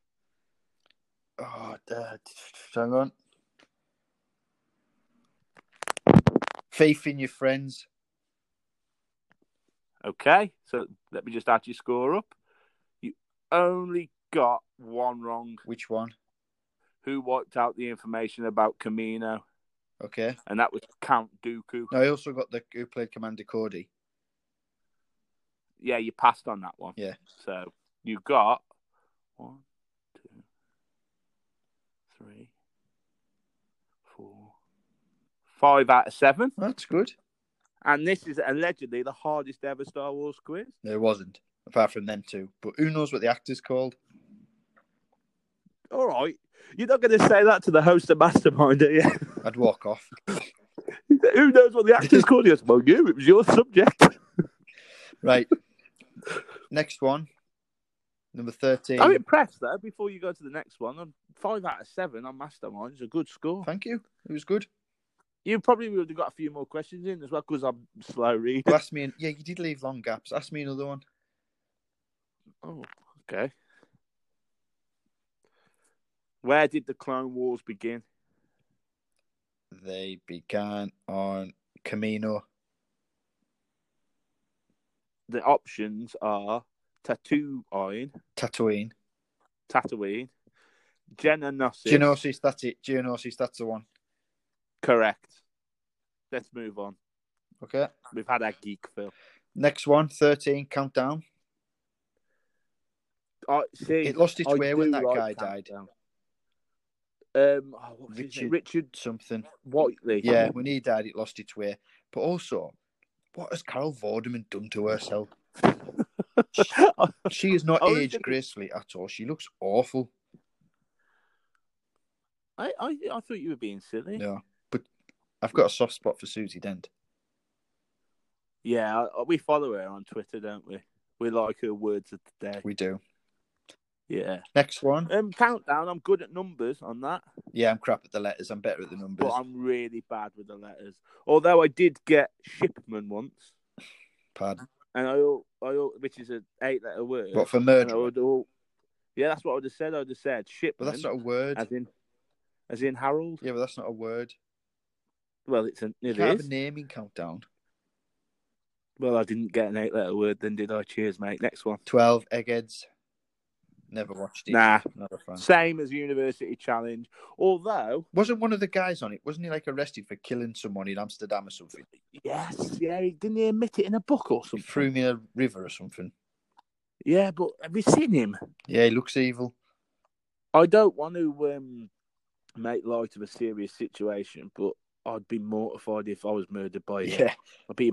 Oh, dad. Hang on. Faith in your friends. Okay, so let me just add your score up. You only got one wrong. Which one? Who wiped out the information about Camino? Okay. And that was Count Dooku. No, I also got the who played Commander Cody. Yeah, you passed on that one. Yeah. So you got one, two, three, four, five out of seven. That's good. And this is allegedly the hardest ever Star Wars quiz. No, it wasn't, apart from them two. But who knows what the actor's called? All right. You're not going to say that to the host of Mastermind, are you? I'd walk off. Who knows what the actor's called? Yes, well, you. It was your subject. Right. Next one. Number 13. I'm impressed, though, before you go to the next one. I'm five out of seven on Mastermind is a good score. Thank you. It was good. You probably would have got a few more questions in as well because I'm slow reading. You asked me, an... yeah, you did leave long gaps. Ask me another one. Oh, okay. Where did the Clone Wars begin? They began on Camino. The options are Tatooine, Tatooine. Tatooine, Genosis. Geonosis, that's it. Geonosis, that's the one. Correct. Let's move on. Okay. We've had our geek film. Next one, 13, countdown. I see, It lost its I way when do that like guy died. Countdown. Um, oh, what was Richard- Richard. Richard Something. Whiteley. Yeah, when he died, it lost its way. But also, what has Carol Vorderman done to herself? She is not I was aged gonna- gracefully at all. She looks awful. I, I, I thought you were being silly. No. But I've got a soft spot for Susie Dent. Yeah, I- we follow her on Twitter, don't we? We like her words of the day. We do. Yeah. Next one. Um, countdown. I'm good at numbers on that, Yeah, I'm crap at the letters. I'm better at the but numbers. I'm really bad with the letters. Although I did get shipman once, Pardon. and I, al- I, al- which is an eight-letter word. What for and I murder? would all, yeah, that's what I would have said. I would have said But shipman, that's not a word. as in, as in Harold. Yeah, but that's not a word. Well, it's an, You it can't have is. a name in countdown. Well, I didn't get an eight letter word then, did I? Cheers, mate. Next one. 12 Eggheads. Never watched it. Nah. Not a fan. Same as University Challenge. Although, Wasn't one of the guys on it? Wasn't he like arrested for killing someone in Amsterdam or something? yes, yeah, he- didn't he admit it in a book or He something? threw me in a river or something. Yeah, but have you seen him? Yeah, he looks evil. I don't want to um, make light of a serious situation, but I'd be mortified if I was murdered by him. Yeah, I'd be,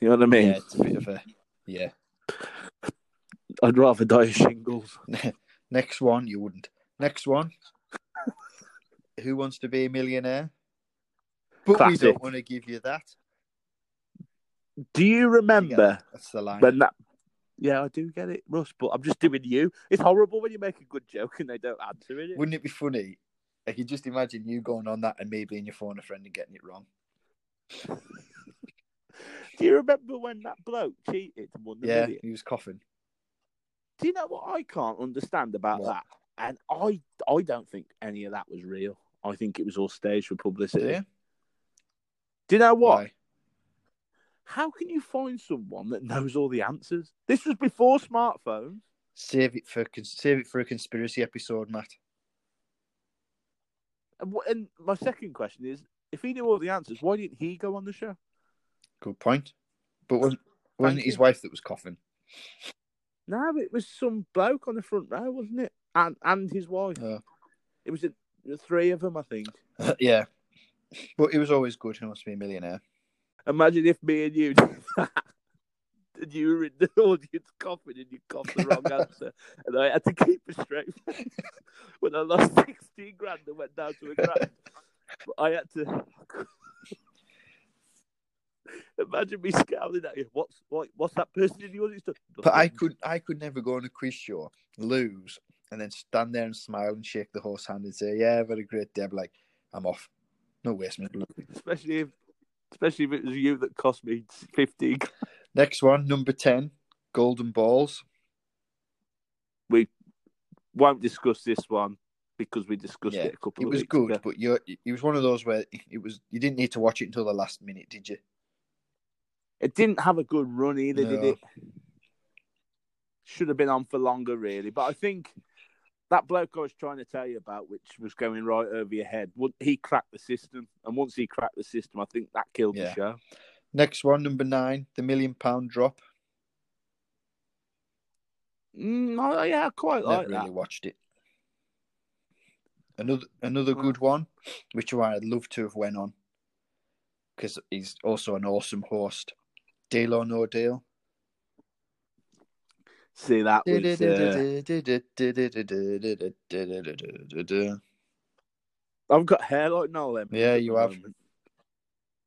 you know what I mean? yeah, it's a bit of a yeah. I'd rather die of shingles. Next one, you wouldn't. Next one. Who wants to be a millionaire? But Classic. we don't want to give you that. Do you remember That's the line. when that? Yeah, I do get it, Russ, but I'm just doing you. It's horrible when you make a good joke and they don't answer it. Wouldn't it be funny? I can just imagine you going on that and me being your phone a friend and getting it wrong. Do you remember when that bloke cheated and won the yeah, million? he was coughing. Do you know what I can't understand about What? that? And I, I don't think any of that was real. I think it was all staged for publicity. Yeah. Do you know what? Why? How can you find someone that knows all the answers? This was before smartphones. Save it for cons- save it for a conspiracy episode, Matt. And, wh- and my second question is, if he knew all the answers, why didn't he go on the show? Good point. But wasn't, wasn't it you. his wife that was coughing? No, it was some bloke on the front row, wasn't it? And and his wife. Yeah. It was the the three of them, I think. yeah. But it was always good. Who wants to be a millionaire? Imagine if me and you did that. And you were in the audience coughing and you coughed the wrong answer. And I had to keep a straight face when I lost 16 grand and went down to a grand. But I had to. Imagine me scowling at you. What's what, what's that person in the audience? doing? But I could I could never go on a quiz show, lose, and then stand there and smile and shake the horse hand and say, "Yeah, I've had a great day." I'm like, I'm off. No waste my blood. Especially if, especially if it was you that cost me 15 Next one, number ten, golden balls. won't discuss this one because we discussed Yeah, it a couple It of was weeks good, ago. but you it was one of those where it was you didn't need to watch it until the last minute, did you? It didn't have a good run either, did No. it? Should have been on for longer, really. But I think that bloke I was trying to tell you about, which was going right over your head, wo- he cracked the system. And once he cracked the system, I think that killed Yeah. the show. Next one, number nine, the million pound drop. Mm, I, yeah, I quite Never like really that. watched it. Another another good one, which one I'd love to have went on, because he's also an awesome host. Deal or no deal. See, that was. Uh, Yeah, I've got hair like Noel Edmonds Yeah, at the you have. moment.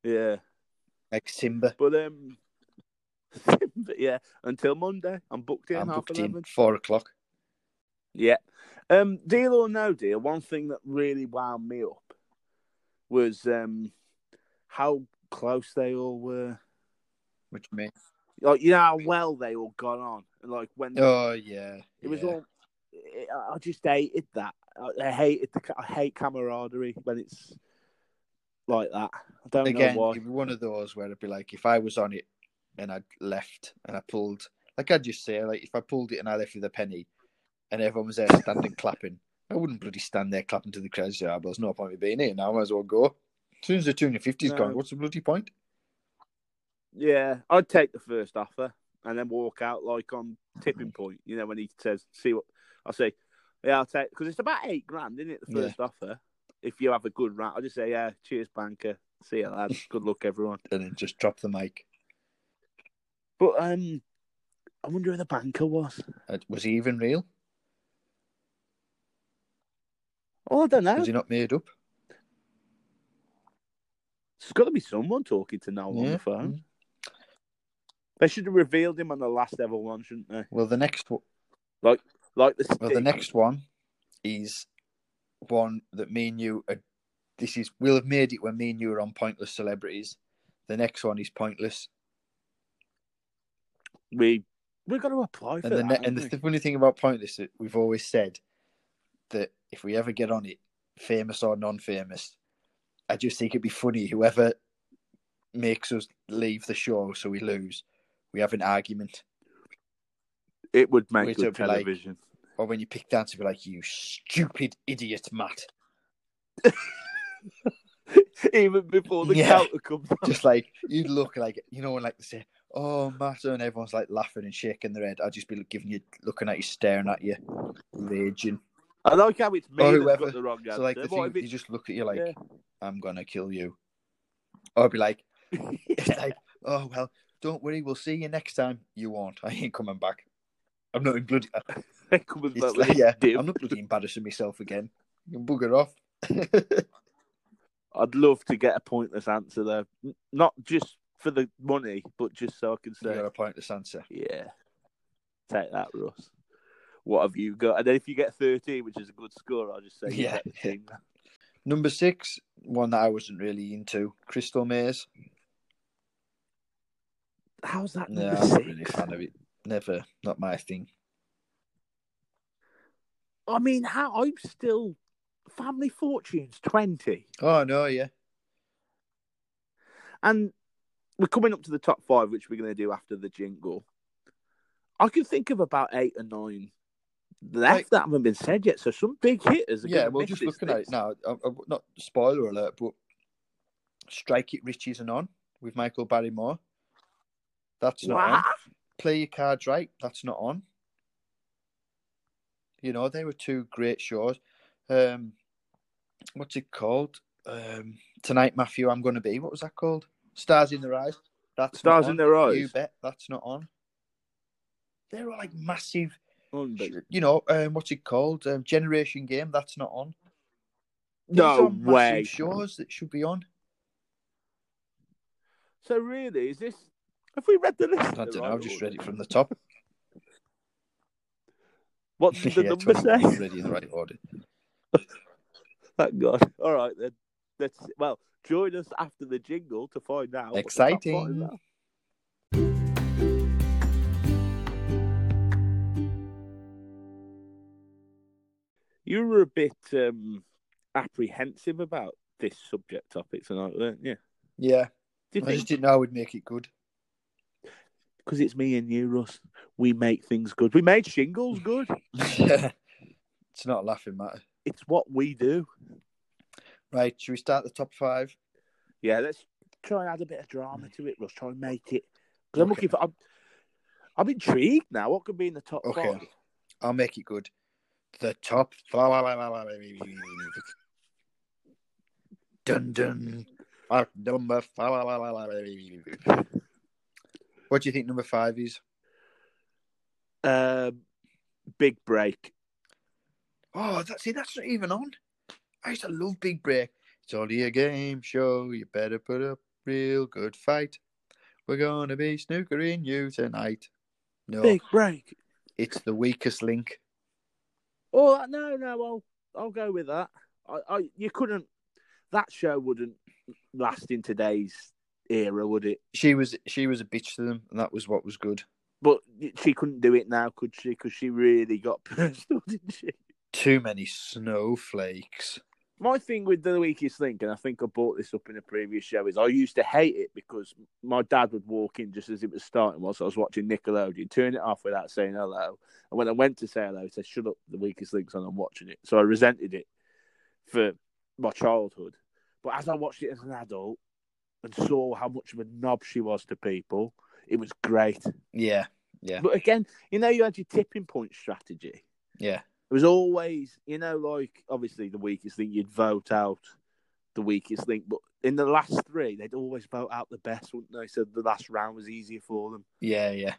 Yeah. like Simba. But, um, but yeah, until Monday, I'm booked in I'm half booked 11. in four o'clock. Yeah. Um, deal or no deal, one thing that really wound me up was um, how close they all were. Which means Like, you know how well they all got on. And, Like, when oh yeah, it was yeah. all, it, I I just hated that. I, I hated the, ca- I hate camaraderie when it's like that. I don't again. know why. It'd be one of those where it'd be like if I was on it and I'd left and I pulled, like I'd just say, like if I pulled it and I left with a penny, and everyone was there standing clapping, I wouldn't bloody stand there clapping to the crowd. and Say, oh, well, there's no point in being here now. I might as well go. As soon as the two hundred fifty's No. gone, what's the bloody point? Yeah, I'd take the first offer and then walk out like on tipping point. You know when he says, "See what I say." Yeah, I'll take because it's about eight grand, isn't it? The Yeah. first offer. If you have a good round, I just say, "Yeah, cheers, banker. See you, lads. good luck, everyone." And then just drop the mic. But um, I wonder who the banker was. Uh, Was he even real? Oh, I don't know. Was he not made up? There's got to be someone talking to Noel on Yeah. the phone. They should have revealed him on the last ever one, shouldn't they? Well, the next one. Like the Well, the stick. next one is one that me and you. Are, this is we'll have made it when me and you are on pointless celebrities. The next one is pointless, we we got to apply for and the that. ne- and the haven't th- funny thing about pointless that we've always said that if we ever get on it, famous or non-famous, I just think it'd be funny whoever makes us leave the show, so we lose, we have an argument. It would Wait make till good it'd be like- television. Or when you pick that, to be like, "You stupid idiot, Matt!" Even before the Yeah. counter comes on. Just like you'd look like you know, like they say, "Oh, Matt," and everyone's like laughing and shaking their head. I'd just be giving you, looking at you, staring at you, raging. I like how it's me Or that's whoever. got the wrong answer. So like the What thing, if you it- just look at you like, Yeah. "I'm gonna kill you," or I'd be like, "It's like, oh well, don't worry, we'll see you next time." You won't. I ain't coming back. I'm not in bloody. It comes It's back like, with yeah, dim. I'm not bloody embarrassing myself again. You can bugger off. I'd love to get a pointless answer there. N- Not just for the money, but just so I can You say, got a pointless answer. yeah, take that, Russ. What have you got? And then if you get 13, which is a good score, I'll just say, you Yeah. get the team. Number six, one that I wasn't really into, Crystal Maze. How's that No, number I'm not six? really a fan of it. Never, not my thing. I mean, how I'm still family fortunes 20, Oh no, yeah, and we're coming up to the top five, which we're going to do after the jingle. I can think of about eight or nine left Like- that haven't been said yet. So some big hitters. Are yeah. gonna Well, miss just this looking at list. it now, I, I, not spoiler alert, but Strike It Rich isn't on with Michael Barrymore. That's not on. Wow. Play Your Cards Right. That's not on. You know, they were two great shows. Um, what's it called? Um, Tonight, Matthew, I'm going to be. What was that called? Stars in Their Eyes. That's not Stars on. in their You eyes. bet. That's not on. They were like massive. Unbe- You know, um, what's it called? Um, Generation Game. That's not on. These No are massive way. Shows that should be on. So really, is this? Have we read the list? I in the don't know. right I've just order? read it from the top. What did the Yeah, number 21 say? Already in the right order. Thank God. All right then. Let's well join us after the jingle to find out. what the top five Exciting. are. You were a bit um, apprehensive about this subject topic tonight, weren't you? Yeah. Do you I just think didn't know I would make it good. because it's me and you, Russ, we make things good. We made shingles good. it's not a laughing matter. It's what we do. Right, should we start the top five? Yeah, let's try and add a bit of drama to it, Russ. Try and make it. Because I'm Okay. looking for. I'm, I'm intrigued now. What could be in the top Okay. five? I'll make it good. The top five. dun dun. At number five. What do you think number five is? Um, big break. Oh, that, see, that's not even on. I used to love Big Break. It's only a game show. You better put up real good fight. We're gonna be snookering you tonight. No, Big break. it's the weakest link. Oh no, no, I'll I'll go with that. I, I you couldn't. That show wouldn't last in today's era, would it? She was she was a bitch to them, and that was what was good. But she couldn't do it now, could she? Because she really got personal, didn't she? Too many snowflakes. My thing with the weakest link, and I think I brought this up in a previous show, is I used to hate it because my dad would walk in just as it was starting whilst I was watching Nickelodeon, turn it off without saying hello. And when I went to say hello, he said, Shut up, the weakest link's on, I'm watching it. So I resented it for my childhood. But as I watched it as an adult and saw how much of a knob she was to people, it was great. Yeah, yeah, But again, you know, you had your tipping point strategy. yeah, It was always, you know, like obviously the weakest link you'd vote out the weakest link, but in the last three they'd always vote out the best, wouldn't they? So the last round was easier for them. yeah, yeah.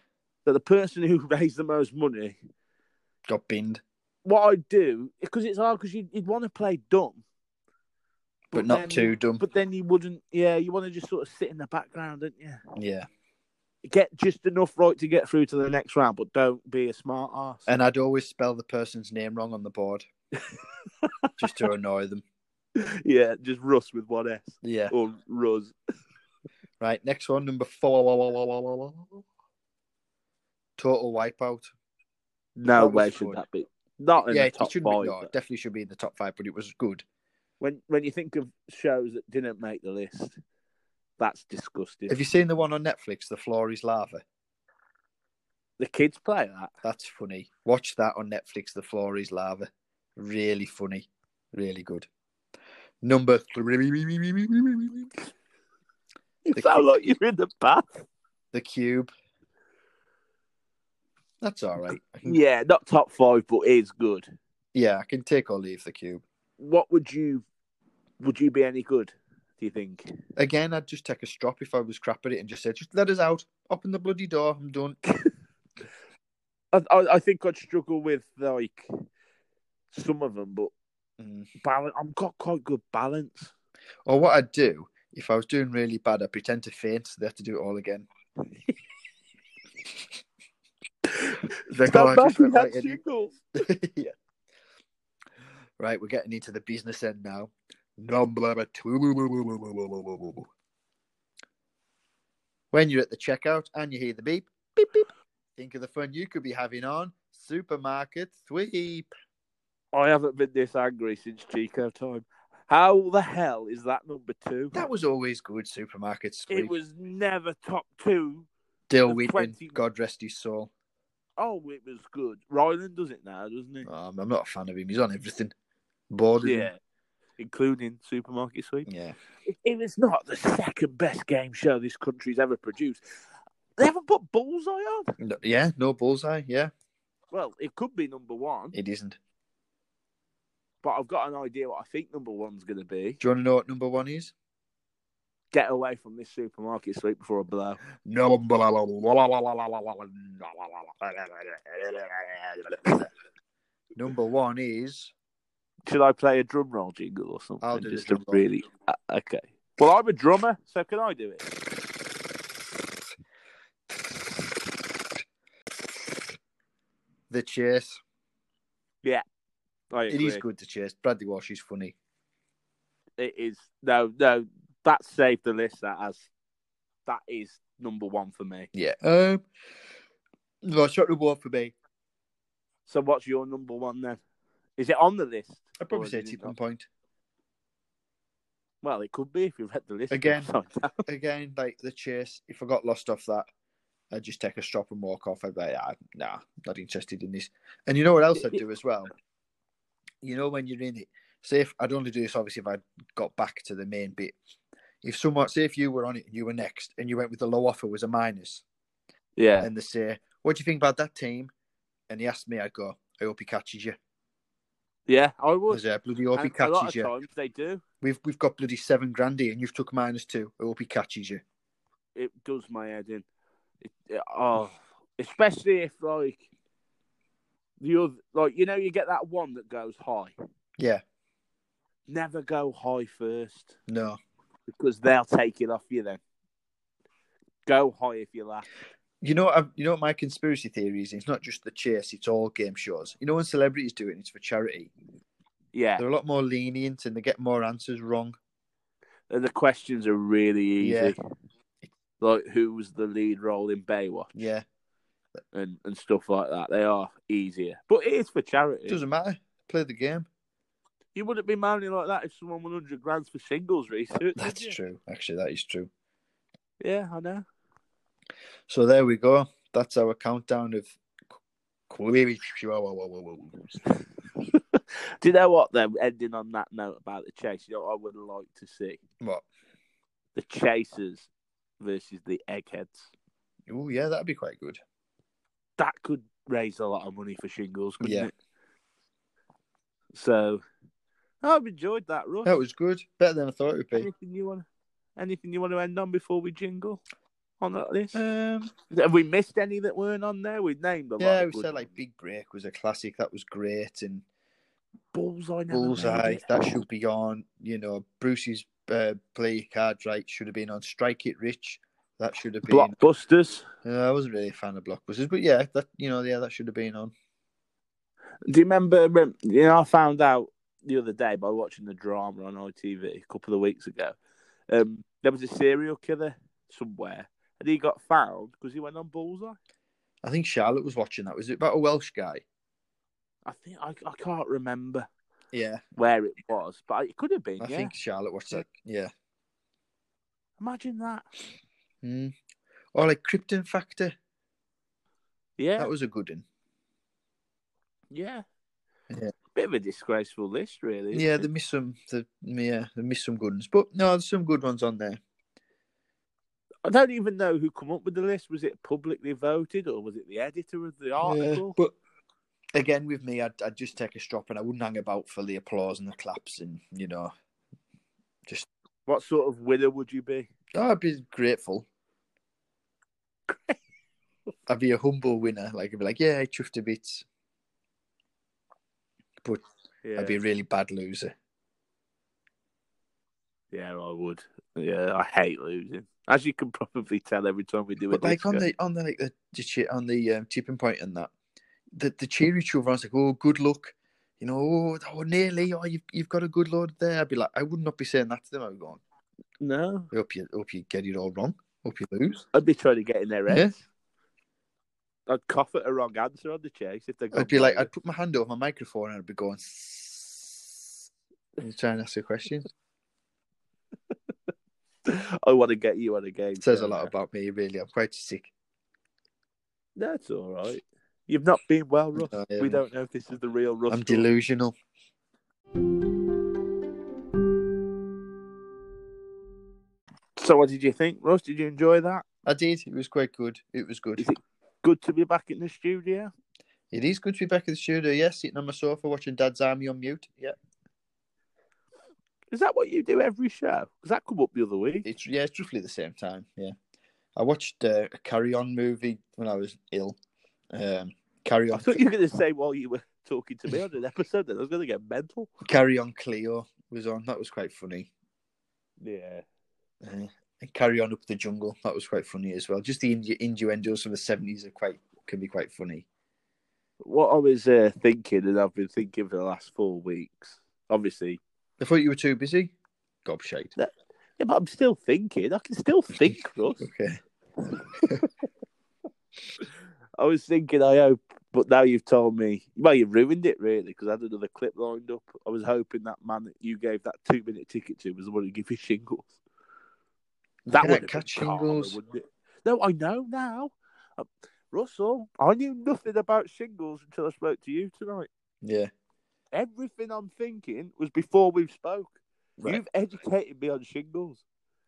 So the person who raised the most money, Got binned, what I'd do because it's hard because you'd, you'd want to play dumb, but, not then- too dumb. But then you wouldn't, yeah, you want to just sort of sit in the background, don't you? Yeah, Get just enough right to get through to the next round, but don't be a smart ass. and I'd always spell the person's name wrong on the board, just to annoy them. yeah, just Russ with one S Yeah. or Ruz. Right, next one, number four. Total wipeout. No That was way should good. that be. Not in yeah, the it top should be. five. No, it definitely should be in the top five, but it was good. when when you think of shows that didn't make the list, That's disgusting. Have you seen the one on Netflix? The floor is lava. The kids play that. That's funny. Watch that on Netflix. The floor is lava. Really funny. Really good. Number three. You The sound like you're in the bath. The cube. That's all right. I can- Yeah, not top five, but is good. yeah, I can take or leave the cube. What would you? Would you be any good? Do you think? Again, I'd just take a strop if I was crap at it and just say, just let us out. Open the bloody door. I'm done. I, I, I think I'd struggle with like some of them, but Mm. balance. I've got quite good balance. Or what I'd do, if I was doing really bad, I'd pretend to faint so they have to do it all again. They go, "I just went right in." yeah. Right, we're getting into the business end now. Number two. When you're at the checkout and you hear the beep, beep, beep, think of the fun you could be having on Supermarket Sweep. I haven't been this angry since Chico time. How the hell is that number two? That was always good, Supermarket it Sweep. was never top two. Dill the Whitman, 20 God rest his soul. Oh, it was good. Ryland does it now, doesn't he? Um, I'm not a fan of him. He's on everything. Bored of him. yeah, including supermarket sweep. Yeah. It, it was not the second best game show this country's ever produced. They haven't put bullseye on. No, yeah, no bullseye. Yeah, Well, it could be number one, it isn't. but I've got an idea what I think number one's going to be. Do you want to know what number one is? Get away from this supermarket sweep before I blow. No. Number one is Should I play a drum roll jingle or something? I'll do the Just drum to roll. really. Uh, okay. Well, I'm a drummer, so can I do it? the chase. I It is agree. good to chase. Bradley Walsh is funny. It is. No, no. That saved the list. That has. That is number one for me. Yeah. Um. No, shot reward for me. So, what's your number one then? Is it on the list? I Or probably is say it tip not? and point Well, it could be if you've read the list Again. Sometimes. again. Like the chase. If I got lost off that, I'd just take a strop and walk off. I'd be like, ah, nah, not interested in this. And you know what else I'd do as well? You know when you're in it. Say if I'd only do this obviously if I got back to the main bit. If someone say if you were on it and you were next and you went with the low offer was a minus, Yeah. and they say, What do you think about that team? And he asked me, I go, I hope he catches you. Yeah. I I would. say, I bloody hope he And a lot of catches you. times they do. We've we've got bloody seven grand here and you've took minus two. I hope he catches you. It does my head in. It, it- oh, especially if like the other, like you know, you get that one that goes high. Yeah. Never go high first No. because they'll take it off you. Then go high if you laugh. You know, i you know what my conspiracy theory is. It's not just the chase; it's all game shows. You know, when celebrities do it, and it's for charity. Yeah, They're a lot more lenient, and they get more answers wrong. and the questions are really easy. Yeah. Like who was the lead role in Baywatch Yeah, and, and stuff like that. They are easier, but it is for charity. it doesn't matter. Play the game. You wouldn't be moaning like that if someone won hundred grand for singles research. would That's you? true. Actually, that is true. Yeah, I know. So there we go. That's our countdown of. Do you know what? Then ending on that note about the chase, you know, what I would like to see What? the chasers versus the eggheads. Oh yeah, that'd be quite good. That could raise a lot of money for shingles, couldn't Yeah. it? So, I've enjoyed that, Russ. That was good. Better than I thought it would be. anything you want? Anything you want to end on before we jingle on that list? Um, Have we missed any that weren't on there? We named a lot. yeah, of we good said like ones. Big Break was a classic. That was great, and bullseye. never made bullseye it. that should be on you know bruce's uh, play cards right should have been on strike it rich that should have been Blockbusters. Uh, i wasn't really a fan of blockbusters but yeah that you know yeah that should have been on Do you remember? rem- You know, I found out the other day by watching the drama on ITV a couple of weeks ago. Um, there was a serial killer somewhere, and he got found because he went on bullseye. i think charlotte was watching that was it about a welsh guy I think I, I can't remember yeah where it was, but it could have been. i yeah, think charlotte watched that yeah Imagine that. Mm. Or like Krypton Factor. Yeah. That was a good one. yeah. Yeah. Bit of a disgraceful list, really. isn't Yeah, it? they missed some. They, yeah, they missed some good ones. But no, there's some good ones on there. I don't even know who come up with the list. Was it publicly voted or was it the editor of the article? but again, with me, I'd, I'd just take a strop and I wouldn't hang about for the applause and the claps and you know, What sort of winner would you be? Oh, I'd be grateful. I'd be a humble winner. Like I'd be like, yeah, I chuffed a bit. Yeah, I'd be a really bad loser. yeah, I would. Yeah, I hate losing, as you can probably tell every time we do it. But like on the on the like the, the che- on the um, tipping point and that, the the cheer each other. I was like, oh, good luck, you know, oh, oh nearly, oh, you've you've got a good load there. I'd be like, I would not be saying that to them. I'd be going, no, I hope you hope you get it all wrong, hope you lose. I'd be trying to get in their heads. I'd cough at a wrong answer on the chase if they. I'd be like, I'd put my hand over my microphone and I'd be going, and trying to ask a question. I want to get you on a game. It says a lot about me, really. I'm quite sick. That's all right. You've not been well, Russ. No, I we haven't. don't know if this is the real Russ. I'm or- delusional. So, what did you think, Russ? Did you enjoy that? I did. It was quite good. It was good. Is it- Good to be back in the studio. It is good to be back in the studio. Yeah, sitting on my sofa watching Dad's Army on mute. Yeah. Is that what you do every show? Because that come up the other week. It's yeah, it's roughly the same time. Yeah, I watched uh, a Carry On movie when I was ill. Um, Carry I On, thought you were going to say while you were talking to me on an episode that I was going to get mental. Carry On Cleo was on. That was quite funny. Yeah. Uh, and Carry On Up the Jungle. That was quite funny as well. Just the innu- innuendos from the seventies are quite can be quite funny. What I was uh, thinking, and I've been thinking for the last four weeks, obviously. I thought you were too busy. Gobshite. Yeah, but I'm still thinking. I can still think, Russ. Okay. I was thinking, I hope, but now you've told me. Well, you ruined it, really, because I had another clip lined up. I was hoping that man that you gave that two minute ticket to was the one who gave you shingles. That Look at catch would catch shingles. shingles. wouldn't it? No, I know now. Uh, Russell, I knew nothing about shingles until I spoke to you tonight. Yeah. Everything I'm thinking was before we spoke. Right. You've educated me on shingles.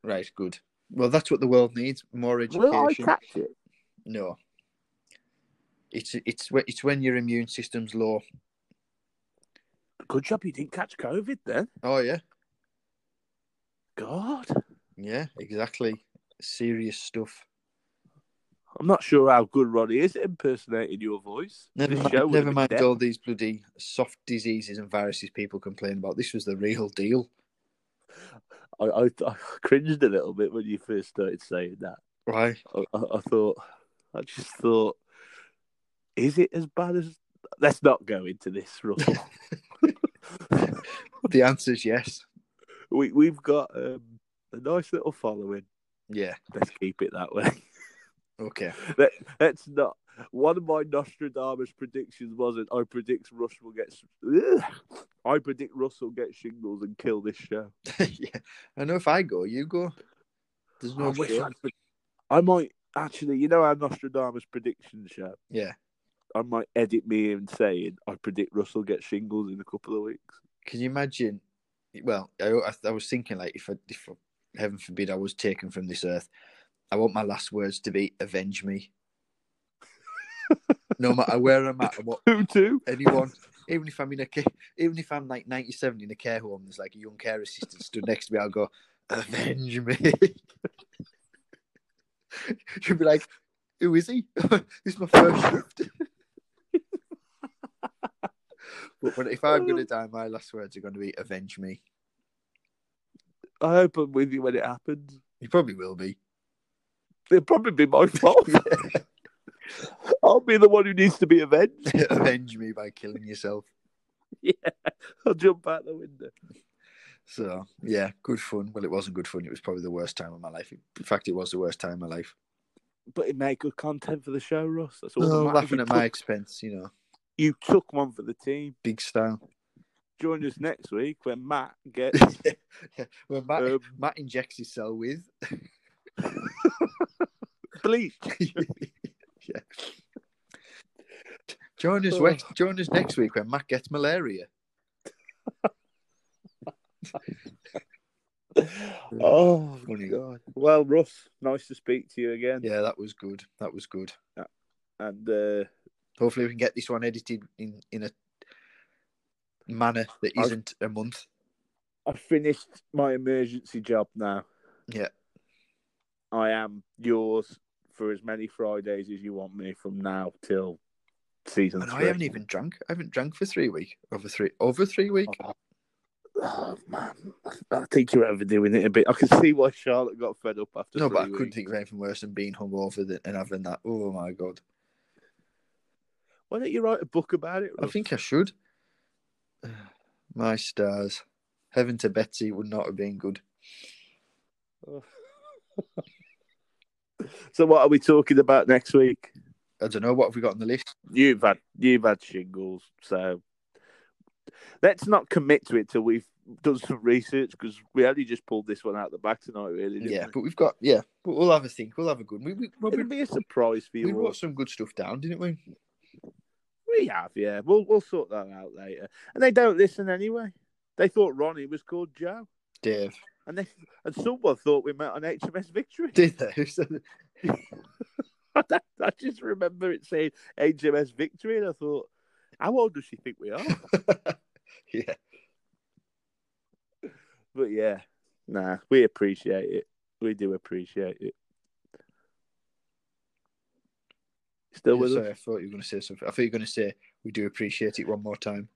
Right. Good. Well, that's what the world needs: more education. Will I catch it? No. It's it's whe- it's when your immune system's low. Good job you didn't catch COVID then. Oh yeah. God. Yeah, exactly. Serious stuff. I'm not sure how good Ronnie is at impersonating your voice. Never This mind, show would never have been mind dead. all these bloody soft diseases and viruses people complain about. This was the real deal. I, I, I cringed a little bit when you first started saying that. Right. I, I, I thought, I just thought, is it as bad as? Let's not go into this, Russell. The answer's yes. we we've got um, a nice little following. Yeah. Let's keep it that way. Okay. Let, let's not. One of my Nostradamus predictions wasn't. I predict Russ will get. s- I predict Russell gets shingles and kill this show. yeah. I know if I go, you go. There's I no wish sure. I'd pre- I might actually, you know, our Nostradamus prediction show. Yeah. I might edit me in saying I predict Russell gets shingles in a couple of weeks. Can you imagine? Well, I, I, I was thinking like if I, if I, heaven forbid I was taken from this earth, I want my last words to be "avenge me." no matter where I'm at, and what Who to? anyone, even if I'm in a ca- even if I'm like 97 in a care home, there's like a young care assistant stood next to me. I'll go, avenge me. She'll be like, who is he? this is my first shift. but when, if I'm gonna die, my last words are gonna be avenge me. I hope I'm with you when it happens. You probably will be. It'll probably be my fault. I'll be the one who needs to be avenged. avenge me by killing yourself. I'll jump out the window. So yeah, good fun. Well, it wasn't good fun. It was probably the worst time of my life. In fact, it was the worst time of my life. But it made good content for the show, Russ. That's all. that Oh, matters. laughing you at my took- expense, you know, You took one for the team. big style. Join us next week when Matt gets Well, Matt, um, Matt injects himself with. bleach. yeah. Join us, we- join us next week when Matt gets malaria. Oh, Funny. God. well, Russ, nice to speak to you again. Yeah, that was good. That was good. And uh, Hopefully, we can get this one edited in, in a manner that I've- isn't a month. I finished my emergency job now. Yeah. I am yours for as many Fridays as you want me from now till season And I three. haven't even drank. I haven't drank for three week over three over three week. Oh man, I think you're overdoing it a bit. I can see why Charlotte got fed up after. no, but I three couldn't weeks. think of anything worse than being hungover than, and having that. Oh my god! Why don't you write a book about it? I Russ? think I should. My stars, heaven to Betsy would not have been good. So, what are we talking about next week? I don't know what have we got on the list. You've had you've had shingles, so let's not commit to it till we've done some research because we only just pulled this one out the back tonight, really. Didn't Yeah, we? but we've got yeah. But we'll have a think. We'll have a good. We we, well, it'll we, be a surprise for we you. all. wrote some good stuff down, didn't we? We have, yeah. We'll we'll sort that out later. And they don't listen anyway. They thought Ronnie was called Joe, Dave and they and someone thought we met on HMS Victory. did that. I just remember it saying HMS Victory, and I thought, how old does she think we are? yeah, But yeah, nah, we appreciate it. We do appreciate it. Still with sorry, us? I thought you were going to say something. I thought you were going to say we do appreciate it one more time.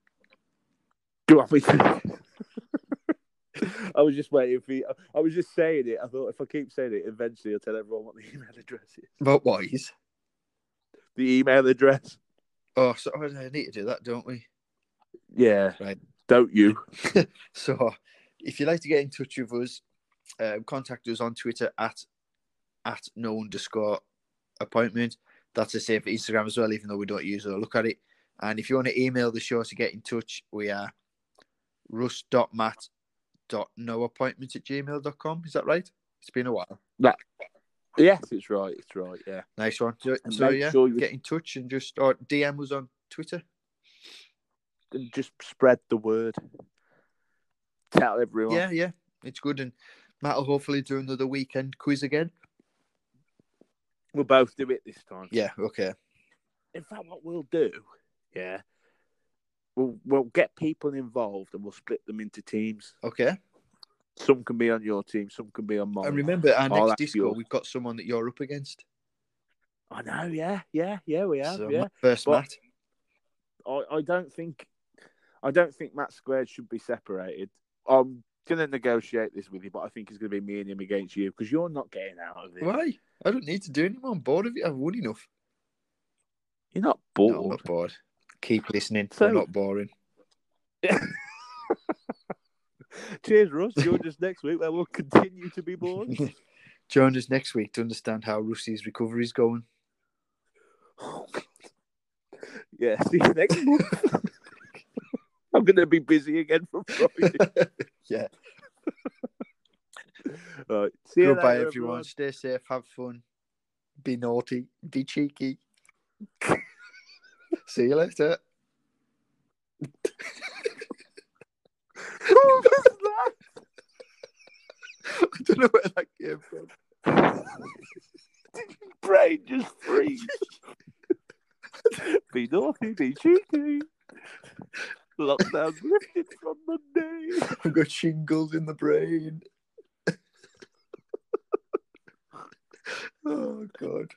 Do you want me to- I was just waiting for you. I was just saying it. I thought if I keep saying it, eventually I'll tell everyone what the email address is. But what is? The email address. Oh, so I need to do that, don't we? Yeah. Right. Don't you? So, if you'd like to get in touch with us, um, contact us on Twitter at at no underscore appointment. That's the same for Instagram as well, even though we don't use it or look at it. And if you want to email the show to get in touch, we are rust.mat.noappointment at gmail.com. Is that right? It's been a while. Yes, it's right. It's right. Yeah. Nice one. So, And so make yeah, sure you- get in touch and just or DM us on Twitter. And just spread the word. Tell everyone. Yeah, yeah, it's good. And Matt will hopefully do another weekend quiz again. We'll both do it this time. Yeah, okay. in fact, what we'll do, yeah, we'll we'll get people involved and we'll split them into teams. Okay. Some can be on your team, some can be on mine. And remember, our I'll next ask disco, you. we've got someone that you're up against. I know, yeah, yeah, yeah, we have, so, yeah. Matt- first, But- Matt. I, I don't think, I don't think Matt Squared should be separated. I'm gonna negotiate this with you, but I think it's gonna be me and him against you because you're not getting out of it. Why? I don't need to do anymore. I'm bored of it. I've won enough. You're not No, bored. I'm not bored. Keep listening. So- I'm not boring. Cheers, Russ. Join us next week where we'll continue to be bored. Join us next week to understand how Rusty's recovery is going. yeah, see you next month. I'm going to be busy again from Friday. Yeah. All right. See you Goodbye, later, everyone. Stay safe. Have fun. Be naughty. Be cheeky. See you later. Who was that? I don't know where that came from. Brain just freeze. be naughty, be cheeky. Lockdown lifted from Monday. I've got shingles in the brain. oh, God.